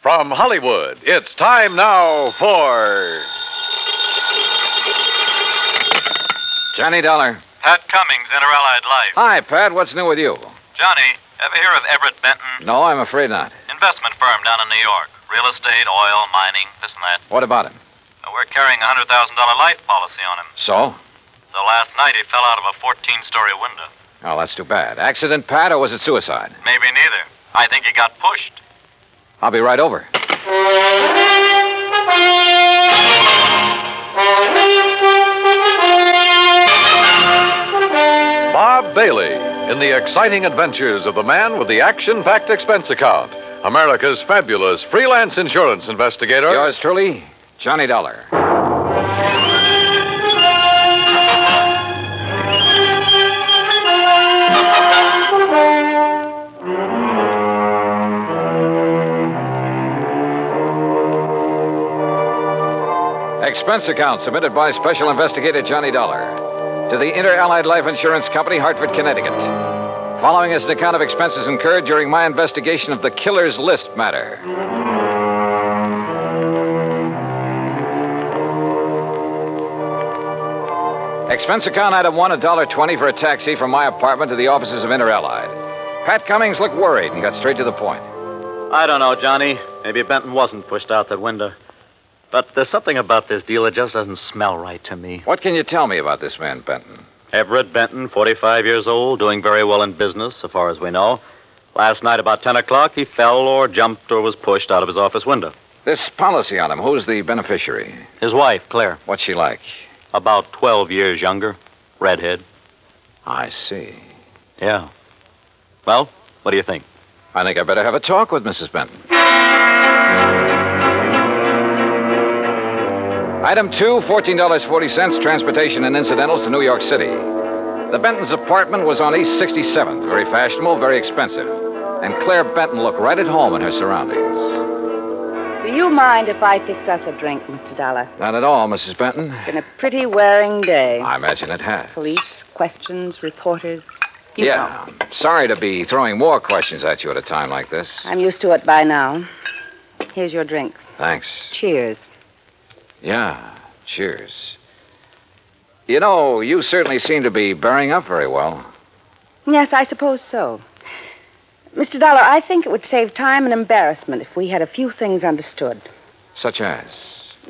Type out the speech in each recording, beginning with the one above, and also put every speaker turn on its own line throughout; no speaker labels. From Hollywood, it's time now for.
Johnny Dollar.
Pat Cummings, Interallied Life.
Hi, Pat. What's new with you?
Johnny, ever hear of Everett Benton?
No, I'm afraid not.
Investment firm down in New York. Real estate, oil, mining, this and that.
What about him?
Uh, We're carrying a $100,000 life policy on him.
So?
So last night he fell out of a 14 story window.
Oh, that's too bad. Accident, Pat, or was it suicide?
Maybe neither. I think he got pushed.
I'll be right over.
Bob Bailey in the exciting adventures of the man with the action packed expense account. America's fabulous freelance insurance investigator.
Yours truly, Johnny Dollar. Expense account submitted by Special Investigator Johnny Dollar to the Inter Allied Life Insurance Company, Hartford, Connecticut. Following is an account of expenses incurred during my investigation of the killer's list matter. Expense account item one, a dollar twenty for a taxi from my apartment to the offices of Interallied. Pat Cummings looked worried and got straight to the point.
I don't know, Johnny. Maybe Benton wasn't pushed out that window. But there's something about this deal that just doesn't smell right to me.
What can you tell me about this man, Benton?
Everett Benton, 45 years old, doing very well in business, so far as we know. Last night, about 10 o'clock, he fell or jumped or was pushed out of his office window.
This policy on him, who's the beneficiary?
His wife, Claire,
What's she like?
about 12 years younger, redhead.
I see.
Yeah. Well, what do you think?
I think I better have a talk with Mrs. Benton. Item two, $14.40, transportation and incidentals to New York City. The Benton's apartment was on East 67th, very fashionable, very expensive. And Claire Benton looked right at home in her surroundings.
Do you mind if I fix us a drink, Mr. Dollar?
Not at all, Mrs. Benton.
Been a pretty wearing day.
I imagine it has.
Police, questions, reporters. You know.
Yeah. Sorry to be throwing more questions at you at a time like this.
I'm used to it by now. Here's your drink.
Thanks.
Cheers.
Yeah. Cheers. You know, you certainly seem to be bearing up very well.
Yes, I suppose so. Mr. Dollar, I think it would save time and embarrassment if we had a few things understood.
Such as?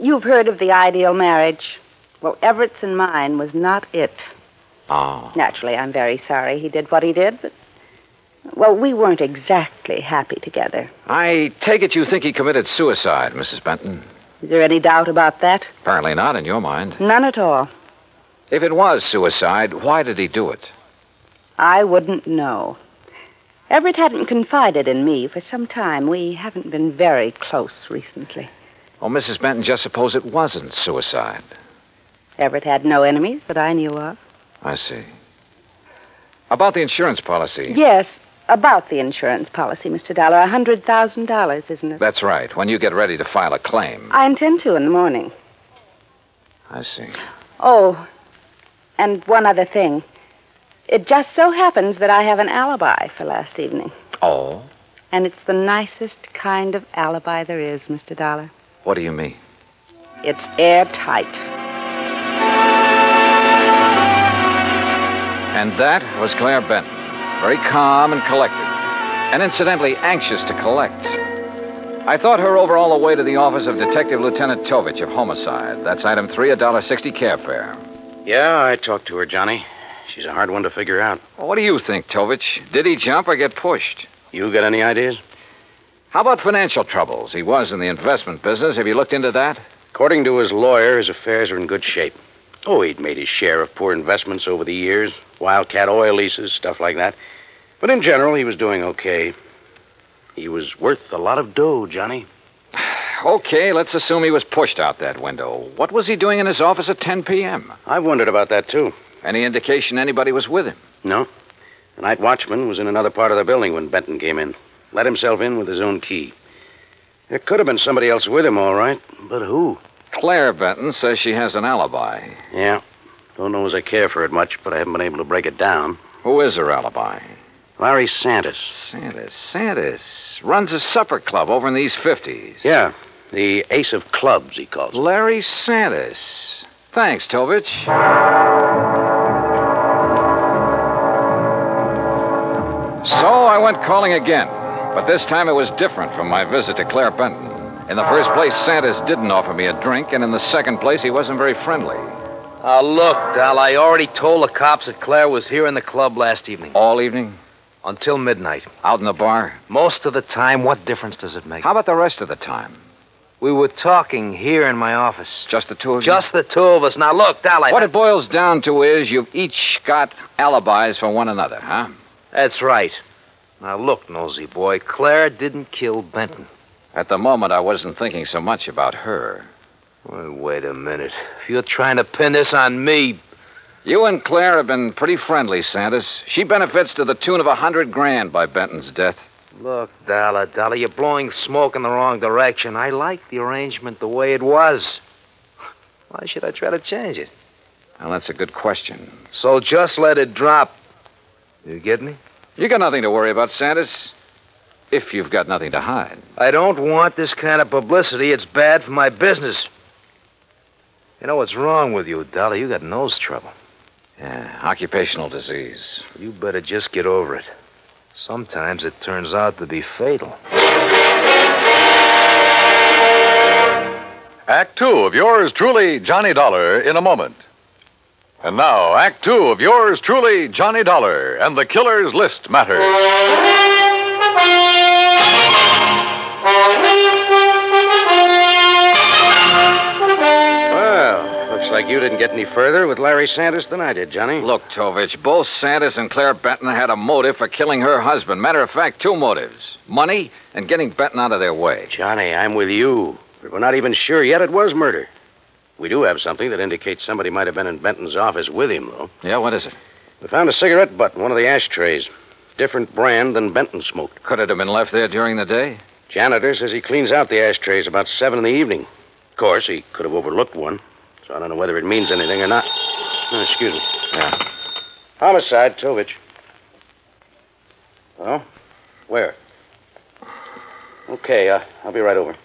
You've heard of the ideal marriage. Well, Everett's and mine was not it.
Oh.
Naturally, I'm very sorry he did what he did, but. Well, we weren't exactly happy together.
I take it you think he committed suicide, Mrs. Benton.
Is there any doubt about that?
Apparently not in your mind.
None at all.
If it was suicide, why did he do it?
I wouldn't know. Everett hadn't confided in me for some time. We haven't been very close recently.
Oh, Mrs. Benton, just suppose it wasn't suicide.
Everett had no enemies that I knew of.
I see. About the insurance policy.
Yes, about the insurance policy, Mr. Dollar. A hundred thousand dollars, isn't it?
That's right. When you get ready to file a claim.
I intend to in the morning.
I see.
Oh, and one other thing. It just so happens that I have an alibi for last evening.
Oh?
And it's the nicest kind of alibi there is, Mr. Dollar.
What do you mean?
It's airtight.
And that was Claire Benton, very calm and collected, and incidentally anxious to collect. I thought her over all the way to the office of Detective Lieutenant Tovich of Homicide. That's item three, a dollar sixty cab fare.
Yeah, I talked to her, Johnny. She's a hard one to figure out.
What do you think, Tovich? Did he jump or get pushed?
You got any ideas?
How about financial troubles? He was in the investment business. Have you looked into that?
According to his lawyer, his affairs are in good shape. Oh, he'd made his share of poor investments over the years wildcat oil leases, stuff like that. But in general, he was doing okay. He was worth a lot of dough, Johnny.
Okay, let's assume he was pushed out that window. What was he doing in his office at 10 p.m.?
I wondered about that, too.
Any indication anybody was with him?
No? The night watchman was in another part of the building when Benton came in. Let himself in with his own key. There could have been somebody else with him, all right. But who?
Claire Benton says she has an alibi.
Yeah. Don't know as I care for it much, but I haven't been able to break it down.
Who is her alibi?
Larry Santis.
Santis, Santis. Runs a supper club over in the East 50s.
Yeah, the ace of clubs, he calls it.
Larry Santis. Thanks, Tovich. So I went calling again, but this time it was different from my visit to Claire Benton. In the first place, Santis didn't offer me a drink, and in the second place, he wasn't very friendly.
Now, look, Dal, I already told the cops that Claire was here in the club last evening.
All evening,
Until midnight.
out in the bar.
Most of the time, what difference does it make?
How about the rest of the time?
We were talking here in my office.
Just the two of you?
Just the two of us. Now, look, Dal, I...
What it boils down to is you've each got alibis for one another, huh?
That's right. Now, look, nosy boy, Claire didn't kill Benton.
At the moment, I wasn't thinking so much about her.
Wait, wait a minute. If you're trying to pin this on me,
You and Claire have been pretty friendly, Santis. She benefits to the tune of a hundred grand by Benton's death.
Look, Dollar, Dollar, you're blowing smoke in the wrong direction. I like the arrangement the way it was. Why should I try to change it?
Well, that's a good question.
So just let it drop. You get me?
You got nothing to worry about, Santis. If you've got nothing to hide.
I don't want this kind of publicity. It's bad for my business. You know what's wrong with you, Dollar? You got nose trouble.
Yeah, occupational disease.
You better just get over it. Sometimes it turns out to be fatal.
Act two of yours truly, Johnny Dollar, in a moment. And now, Act two of yours truly, Johnny Dollar, and the killer's list matter.
Well, looks like you didn't get any further with Larry Santis than I did, Johnny.
Look, Tovich, both Santis and Claire Benton had a motive for killing her husband. Matter of fact, two motives money and getting Benton out of their way.
Johnny, I'm with you. But we're not even sure yet it was murder. We do have something that indicates somebody might have been in Benton's office with him, though.
Yeah, what is it?
We found a cigarette butt in one of the ashtrays. Different brand than Benton smoked.
Could it have been left there during the day?
Janitor says he cleans out the ashtrays about seven in the evening. Of course, he could have overlooked one, so I don't know whether it means anything or not. Oh, excuse me.
Yeah.
Homicide, Tovich. Oh? Where? Okay, uh, I'll be right over.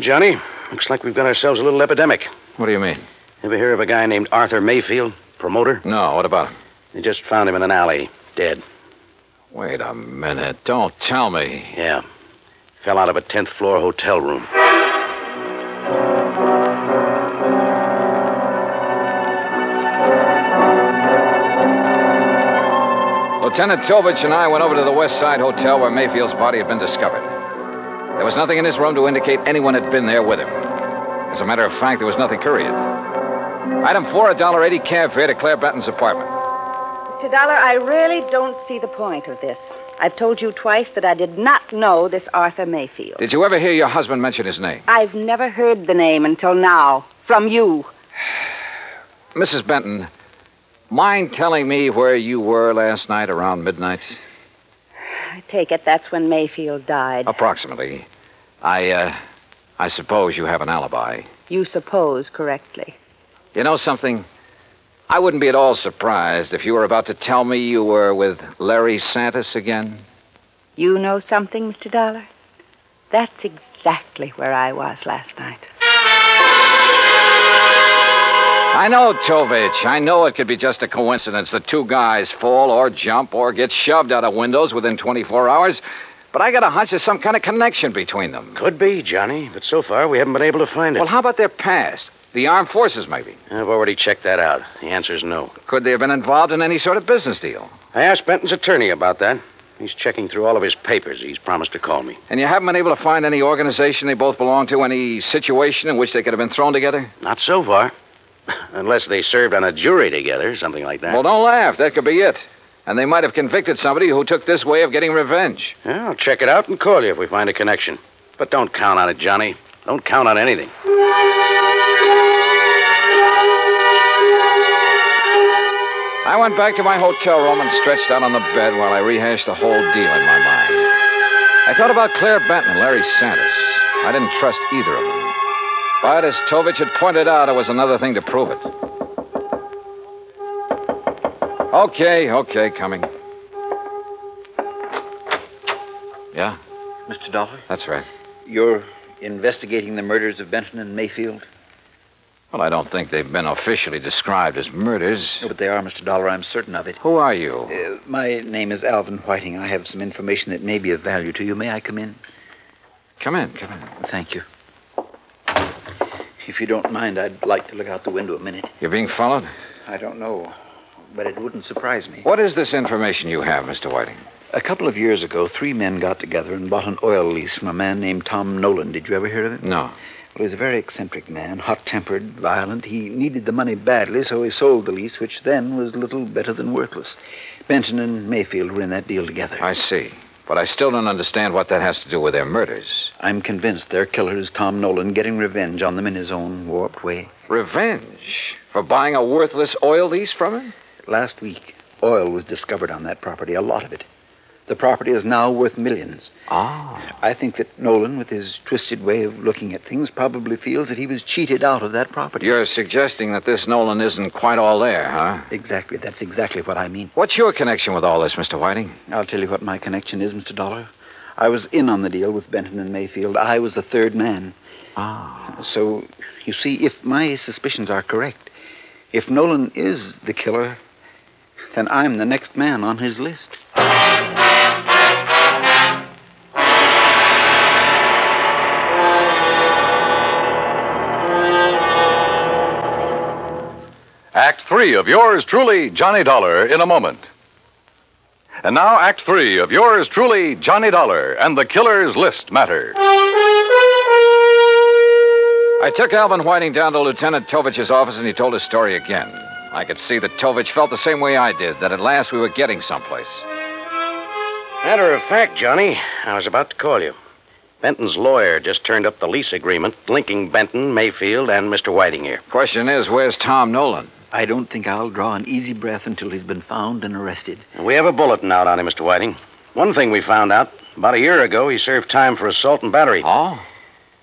Johnny, looks like we've got ourselves a little epidemic.
What do you mean?
Ever hear of a guy named Arthur Mayfield, promoter?
No, what about him?
They just found him in an alley, dead.
Wait a minute. Don't tell me.
Yeah. Fell out of a 10th floor hotel room.
Lieutenant Tovich and I went over to the West Side Hotel where Mayfield's body had been discovered. There was nothing in his room to indicate anyone had been there with him. As a matter of fact, there was nothing, period. Item four, a dollar eighty cab fare to Claire Benton's apartment.
Mr. Dollar, I really don't see the point of this. I've told you twice that I did not know this Arthur Mayfield.
Did you ever hear your husband mention his name?
I've never heard the name until now from you.
Mrs. Benton, mind telling me where you were last night around midnight?
I take it that's when Mayfield died.
Approximately. I, uh, I suppose you have an alibi.
You suppose correctly.
You know something? I wouldn't be at all surprised if you were about to tell me you were with Larry Santis again.
You know something, Mr. Dollar? That's exactly where I was last night.
I know, Tovich. I know it could be just a coincidence that two guys fall or jump or get shoved out of windows within 24 hours, but I got a hunch there's some kind of connection between them.
Could be, Johnny, but so far we haven't been able to find it.
Well, how about their past? The armed forces, maybe.
I've already checked that out. The answer's no.
Could they have been involved in any sort of business deal?
I asked Benton's attorney about that. He's checking through all of his papers. He's promised to call me.
And you haven't been able to find any organization they both belong to, any situation in which they could have been thrown together?
Not so far. Unless they served on a jury together, something like that.
Well, don't laugh. That could be it. And they might have convicted somebody who took this way of getting revenge.
Yeah, I'll check it out and call you if we find a connection. But don't count on it, Johnny. Don't count on anything.
I went back to my hotel room and stretched out on the bed while I rehashed the whole deal in my mind. I thought about Claire Benton and Larry Santis. I didn't trust either of them. But as Tovich had pointed out, it was another thing to prove it. Okay, okay, coming. Yeah,
Mr. Dolphy,
that's right.
you're investigating the murders of Benton and Mayfield?
Well, I don't think they've been officially described as murders.
No, but they are, Mr. Dollar. I'm certain of it.
Who are you?
Uh, my name is Alvin Whiting. I have some information that may be of value to you. May I come in?
Come in, come in.
Thank you. If you don't mind, I'd like to look out the window a minute.
You're being followed?
I don't know, but it wouldn't surprise me.
What is this information you have, Mr. Whiting?
A couple of years ago, three men got together and bought an oil lease from a man named Tom Nolan. Did you ever hear of him?
No.
Well, he's a very eccentric man, hot tempered, violent. He needed the money badly, so he sold the lease, which then was little better than worthless. Benton and Mayfield were in that deal together.
I see. But I still don't understand what that has to do with their murders.
I'm convinced their killer is Tom Nolan getting revenge on them in his own warped way.
Revenge? For buying a worthless oil lease from him?
Last week, oil was discovered on that property, a lot of it. The property is now worth millions.
Ah.
I think that Nolan, with his twisted way of looking at things, probably feels that he was cheated out of that property.
You're suggesting that this Nolan isn't quite all there, huh?
Exactly. That's exactly what I mean.
What's your connection with all this, Mr. Whiting?
I'll tell you what my connection is, Mr. Dollar. I was in on the deal with Benton and Mayfield. I was the third man.
Ah.
So, you see, if my suspicions are correct, if Nolan is the killer, then I'm the next man on his list.
Act three of yours truly, Johnny Dollar, in a moment. And now, Act three of yours truly, Johnny Dollar, and the killer's list matter.
I took Alvin Whiting down to Lieutenant Tovich's office and he told his story again. I could see that Tovich felt the same way I did, that at last we were getting someplace.
Matter of fact, Johnny, I was about to call you. Benton's lawyer just turned up the lease agreement linking Benton, Mayfield, and Mr. Whiting here.
Question is, where's Tom Nolan?
I don't think I'll draw an easy breath until he's been found and arrested.
We have a bulletin out on him, Mr. Whiting. One thing we found out about a year ago, he served time for assault and battery.
Oh?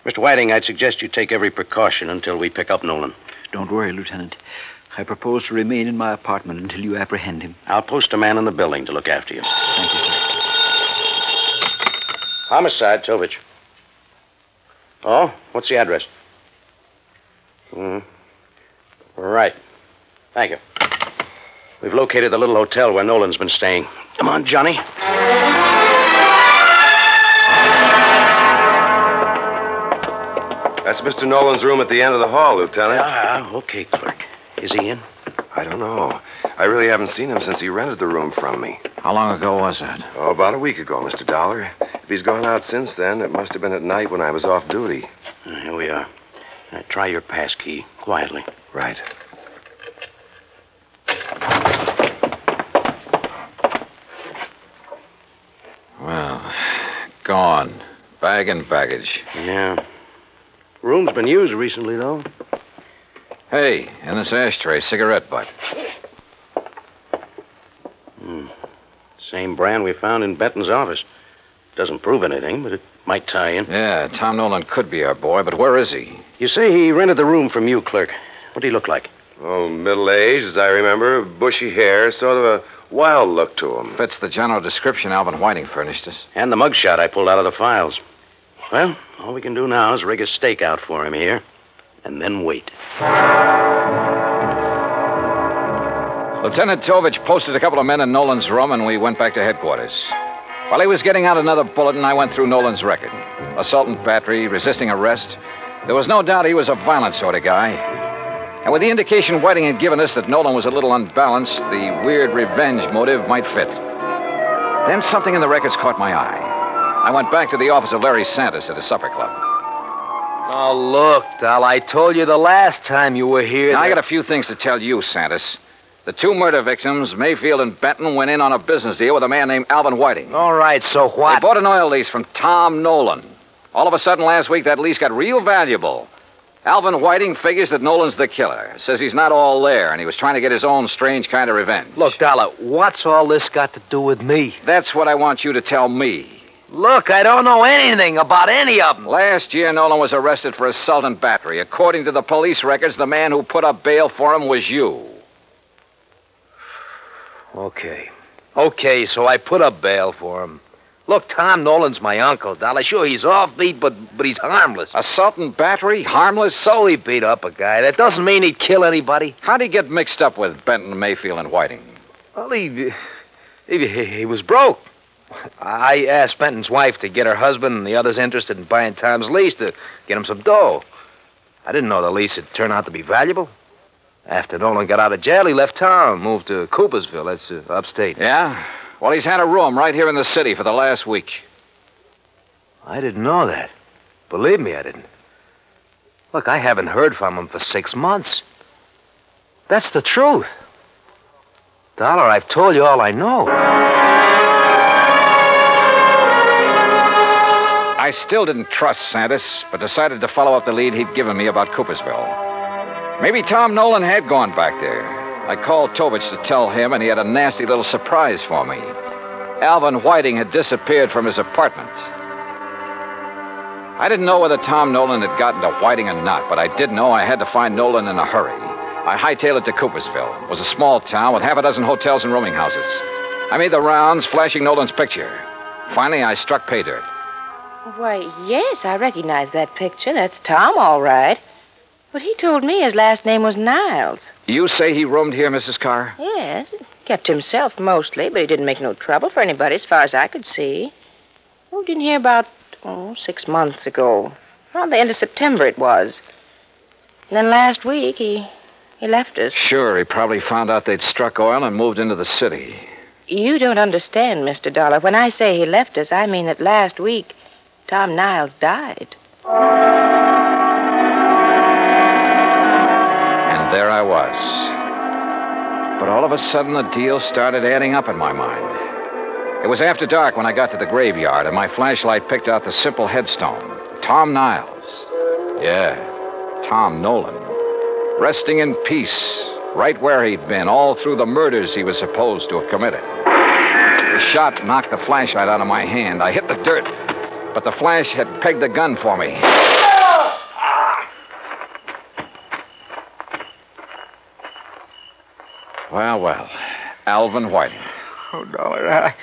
Mr. Whiting, I'd suggest you take every precaution until we pick up Nolan.
Don't worry, Lieutenant. I propose to remain in my apartment until you apprehend him.
I'll post a man in the building to look after you.
Thank you, sir.
Homicide, Tovich. Oh, what's the address? Hmm. Right. Thank you. We've located the little hotel where Nolan's been staying. Come on, Johnny.
That's Mr. Nolan's room at the end of the hall, Lieutenant.
Ah, okay, clerk. Is he in?
I don't know. I really haven't seen him since he rented the room from me.
How long ago was that?
Oh, about a week ago, Mr. Dollar. If he's gone out since then, it must have been at night when I was off duty.
Uh, Here we are. Now, try your pass key quietly.
Right.
Well, gone. Bag and baggage.
Yeah. Room's been used recently, though.
Hey, in this ashtray, cigarette butt.
Hmm. Same brand we found in Benton's office. Doesn't prove anything, but it might tie in.
Yeah, Tom Nolan could be our boy, but where is he?
You say he rented the room from you, clerk. What did he look like?
Oh, middle aged, as I remember. Bushy hair, sort of a wild look to him.
Fits the general description Alvin Whiting furnished us.
And the mugshot I pulled out of the files. Well, all we can do now is rig a stakeout for him here, and then wait.
Lieutenant Tovich posted a couple of men in Nolan's room, and we went back to headquarters. While he was getting out another bulletin, I went through Nolan's record assault and battery, resisting arrest. There was no doubt he was a violent sort of guy. And with the indication Whiting had given us that Nolan was a little unbalanced, the weird revenge motive might fit. Then something in the records caught my eye. I went back to the office of Larry Santos at his supper club.
Now, look, Dal, I told you the last time you were here.
Now, I
that-
got a few things to tell you, Santos. The two murder victims, Mayfield and Benton, went in on a business deal with a man named Alvin Whiting.
All right, so
I
Oh, what?
bought an oil lease from Tom Nolan. All of a sudden, last week, that lease got real valuable. Alvin Whiting figures that Nolan's the killer, says he's not all there, and he was trying to get his own strange kind of revenge.
Look, Dollar, what's all this got to do with me?
that's what I want you to tell me.
Look, I don't know anything about any of them.
Last year, Nolan was arrested for assault and battery. According to the police records, the man who put up bail for him was you.
Okay. Okay, so I put up bail for him.
Look, Tom Nolan's my uncle, Dollar. Sure, he's offbeat, but but he's harmless.
Assault and battery? Harmless?
So he beat up a guy. That doesn't mean he'd kill anybody.
How'd he get mixed up with Benton, Mayfield, and Whiting?
Well, he, he, he was broke. I asked Benton's wife to get her husband and the others interested in buying Tom's lease to get him some dough. I didn't know the lease would turn out to be valuable. After Nolan got out of jail, he left town, moved to Coopersville. That's uh, upstate.
Yeah? Well, he's had a room right here in the city for the last week.
I didn't know that. Believe me, I didn't. Look, I haven't heard from him for six months. That's the truth. Dollar, I've told you all I know.
I still didn't trust Santis, but decided to follow up the lead he'd given me about Coopersville. Maybe Tom Nolan had gone back there. I called Tovich to tell him, and he had a nasty little surprise for me. Alvin Whiting had disappeared from his apartment. I didn't know whether Tom Nolan had gotten to Whiting or not, but I did know I had to find Nolan in a hurry. I hightailed it to Coopersville. It was a small town with half a dozen hotels and rooming houses. I made the rounds, flashing Nolan's picture. Finally, I struck pay dirt.
Why, yes, I recognize that picture. That's Tom, all right. But he told me his last name was Niles.
You say he roomed here, Mrs. Carr?
Yes, kept to himself mostly, but he didn't make no trouble for anybody as far as I could see. Moved in here about, oh, six months ago. Around the end of September it was. And then last week he he left us.
Sure, he probably found out they'd struck oil and moved into the city.
You don't understand, Mr. Dollar. When I say he left us, I mean that last week Tom Niles died.
And there I was. But all of a sudden, the deal started adding up in my mind. It was after dark when I got to the graveyard, and my flashlight picked out the simple headstone Tom Niles. Yeah, Tom Nolan. Resting in peace, right where he'd been all through the murders he was supposed to have committed. The shot knocked the flashlight out of my hand. I hit the dirt but the flash had pegged a gun for me. Well, well. Alvin Whiting.
Oh, Dollar, I...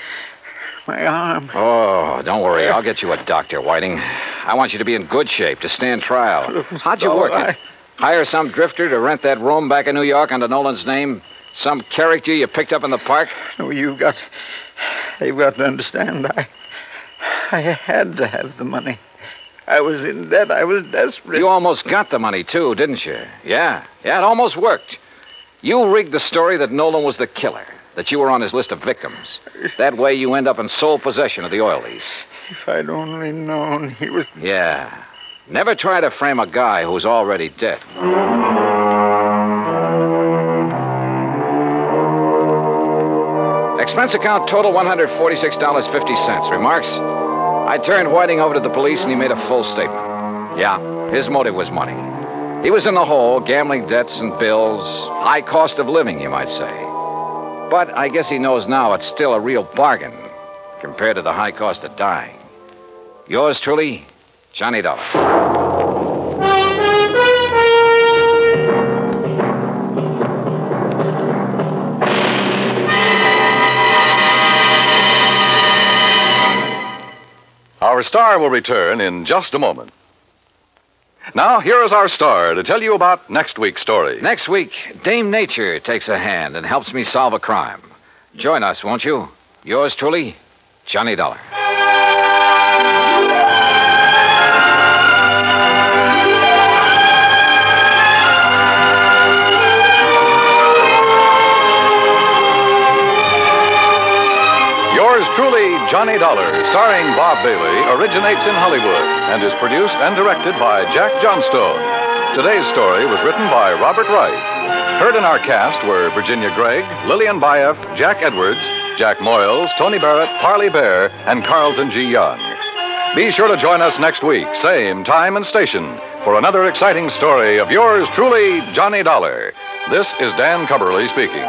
my arm.
Oh, don't worry. I'll get you a doctor, Whiting. I want you to be in good shape to stand trial. How'd you work it? Hire some drifter to rent that room back in New York under Nolan's name? Some character you picked up in the park?
No, you've Oh, got. You've got to understand. I. I had to have the money. I was in debt. I was desperate.
You almost got the money, too, didn't you? Yeah. Yeah, it almost worked. You rigged the story that Nolan was the killer, that you were on his list of victims. That way you end up in sole possession of the oil lease.
If I'd only known he was.
Yeah. Never try to frame a guy who's already dead. Expense account total $146.50. Remarks? I turned Whiting over to the police and he made a full statement. Yeah, his motive was money. He was in the hole, gambling debts and bills, high cost of living, you might say. But I guess he knows now it's still a real bargain compared to the high cost of dying. Yours truly, Johnny Dollar.
Our star will return in just a moment. Now, here is our star to tell you about next week's story.
Next week, Dame Nature takes a hand and helps me solve a crime. Join us, won't you? Yours truly, Johnny Dollar.
Yours truly, Johnny Dollar, starring Bob Bailey, originates in Hollywood and is produced and directed by Jack Johnstone. Today's story was written by Robert Wright. Heard in our cast were Virginia Gregg, Lillian Baeff, Jack Edwards, Jack Moyles, Tony Barrett, Parley Bear, and Carlton G. Young. Be sure to join us next week, same time and station, for another exciting story of yours truly, Johnny Dollar. This is Dan Cumberly speaking.